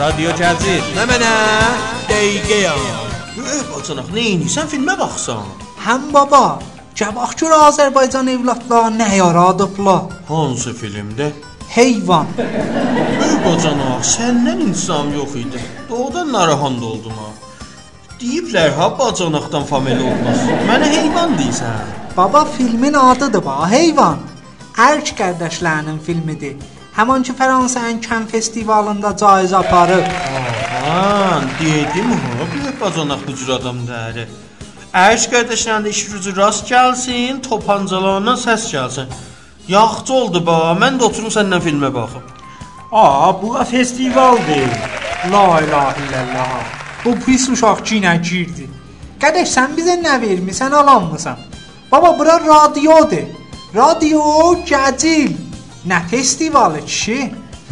Radyo Cəzir. Nə mənə? Dəqiqəyəm. Eh, bacanaq, neynisən filmə baxsan? Həm baba, Kəbağçur Azərbaycan övladları nə yaradıblar? Hansı filmdə? Heyvan. Ey bacanaq, səndən insan yox idi. Doğudan narahat oldum ha. Deyiblər ha bacanaqdan familya olmaz. Mənə heyvan deyirsən. Baba filmin adıdır ba, Heyvan. Ərk qardaşlarının filmidir. Həman ki Fransanın Cannes festivalında cayizə aparıb. Aha, dedim ha, böyük bacanaq bu cür adam dəri. Əş qardaşlarında iş gücü rast gəlsin, topancalarına səs gəlsin. Yaxçı oldu ba, mən də oturum səndən filmə baxım. A, bu da festivaldir. La ilahe illallah. Bu pis uşaq kinə girdi. Qardaş sən bizə nə vermisən, alanmısan? Baba bura radiodur. Radio gəcil. Nə festivalı kişi?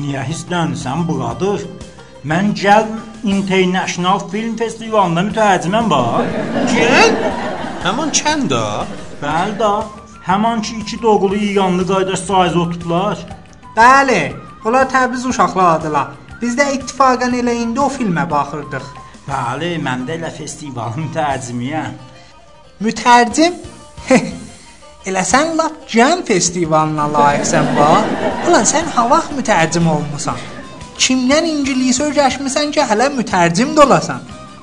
Niyə hisslənirsən bu qadır? Mən gəl International Film Festivalında mütərciməm var. Gəl. Həmin kəndə. Bəli də, həman ki iki doğulu İranlı qardaş sayız otublar. Bəli, bunlar Təbriz uşaqlarıdılar. Biz də ittifaqan elə indi o filmə baxırdıq. Bəli, mən də elə festivalın mütərcimiyəm. Mütərcim Elə sən lap Can festivalına layiqsən bax. Ulan sən ha vaxt mütərcim olmusan. Kimdən ingilisə öyrəşmisən ki, hələ mütərcim də olasan?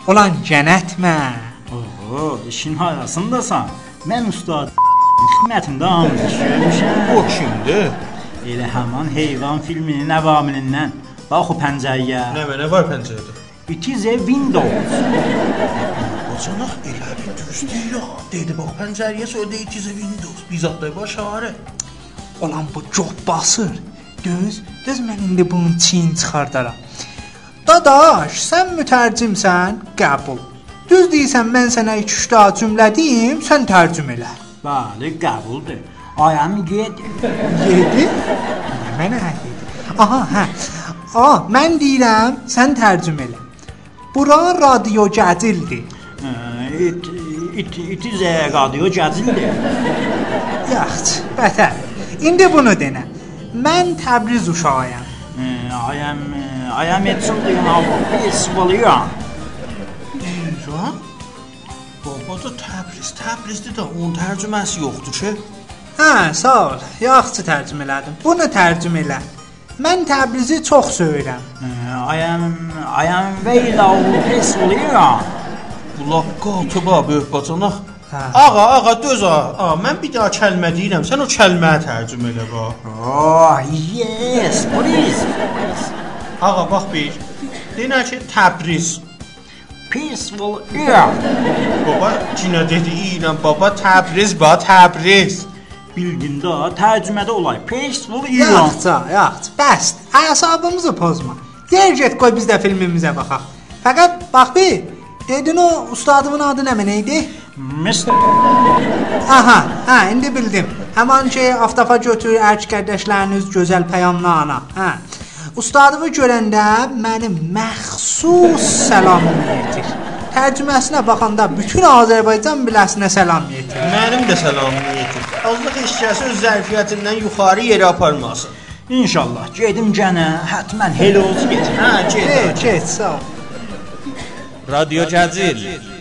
Ulan cənətmə. Oho, işin arasındasan. Mən ustad xidmətində hamını görmüşəm. O kimdir? Elə həman heyvan filminin əvamilindən. Bax o pəncəyə. Nə mənə var pəncərədə? It is a window. Bacanaq elə bir düzdü ya. Dedi bax pəncərəyə söylədi it is a window. Bizzat da baş ağrı. Ulan bu çox basır. Düz, düz mən indi bunun çiyin çıxardaram. Dadaş, sən mütərcimsən, qəbul. Düz deyirsən, mən sənə 2-3 daha cümlə deyim, sən tərcümə elə. Bəli, qəbuldur. I am yet. 7 Mənə hədiyyə. Aha, hə. A, mən deyirəm, sən tərcümə elə. Bura radio gəcildir. Ee, It, it, it is a radio gəzildir. Yaxşı, bətər. İndi bunu denə. Mən Təbriz uşağıyam. I am, I am a children of Israel. Necə? Babada Təbriz, Təbrizdir də onun tərcüməsi yoxdur ki. Hə, sağ ol. Yaxşı tərcümə elədim. Bunu tərcümə elə. Mən Təbrizi çox sevirəm. I am, I am veil of Israel. Bu lap qatıba böyük bacanaq. Hə. Ağa, ağa, döz ağa. Ağa, mən bir daha kəlmə deyirəm. Sən o kəlməni tərcümə elə bax. Oh, yes, please. Ağa, bax bir. Deyirlər ki, Təbriz. Peaceful earth. Baba cinə dedi, "İ" ilə baba Təbriz, ba Təbriz. Bildim də, tərcümədə olay. Peaceful earth. Yaxşı, yaxşı. Bəs, əsabımızı pozma. Yer get qoy biz də filmimizə baxaq. Fəqət bax bir, dedin o ustadımın adı nə mənə idi? Mr. Aha, hə, indi bildim. Həman ki, aftafa götür ərç qardaşləriniz gözəl pəyamla ana. Hə. Ustadımı görəndə mənim məxsus salamımı yetir. Tərcüməsinə baxanda bütün Azərbaycan biləsinə salam yetir. Mənim də salamım yetir. Azlıq işçəsi öz zərfiyyətindən yuxarı yerə aparmasın. İnşallah gedim gənə, həttəmən hello olsun get. Hə, get. Ey, keç, sağ ol. Radio Cəzil.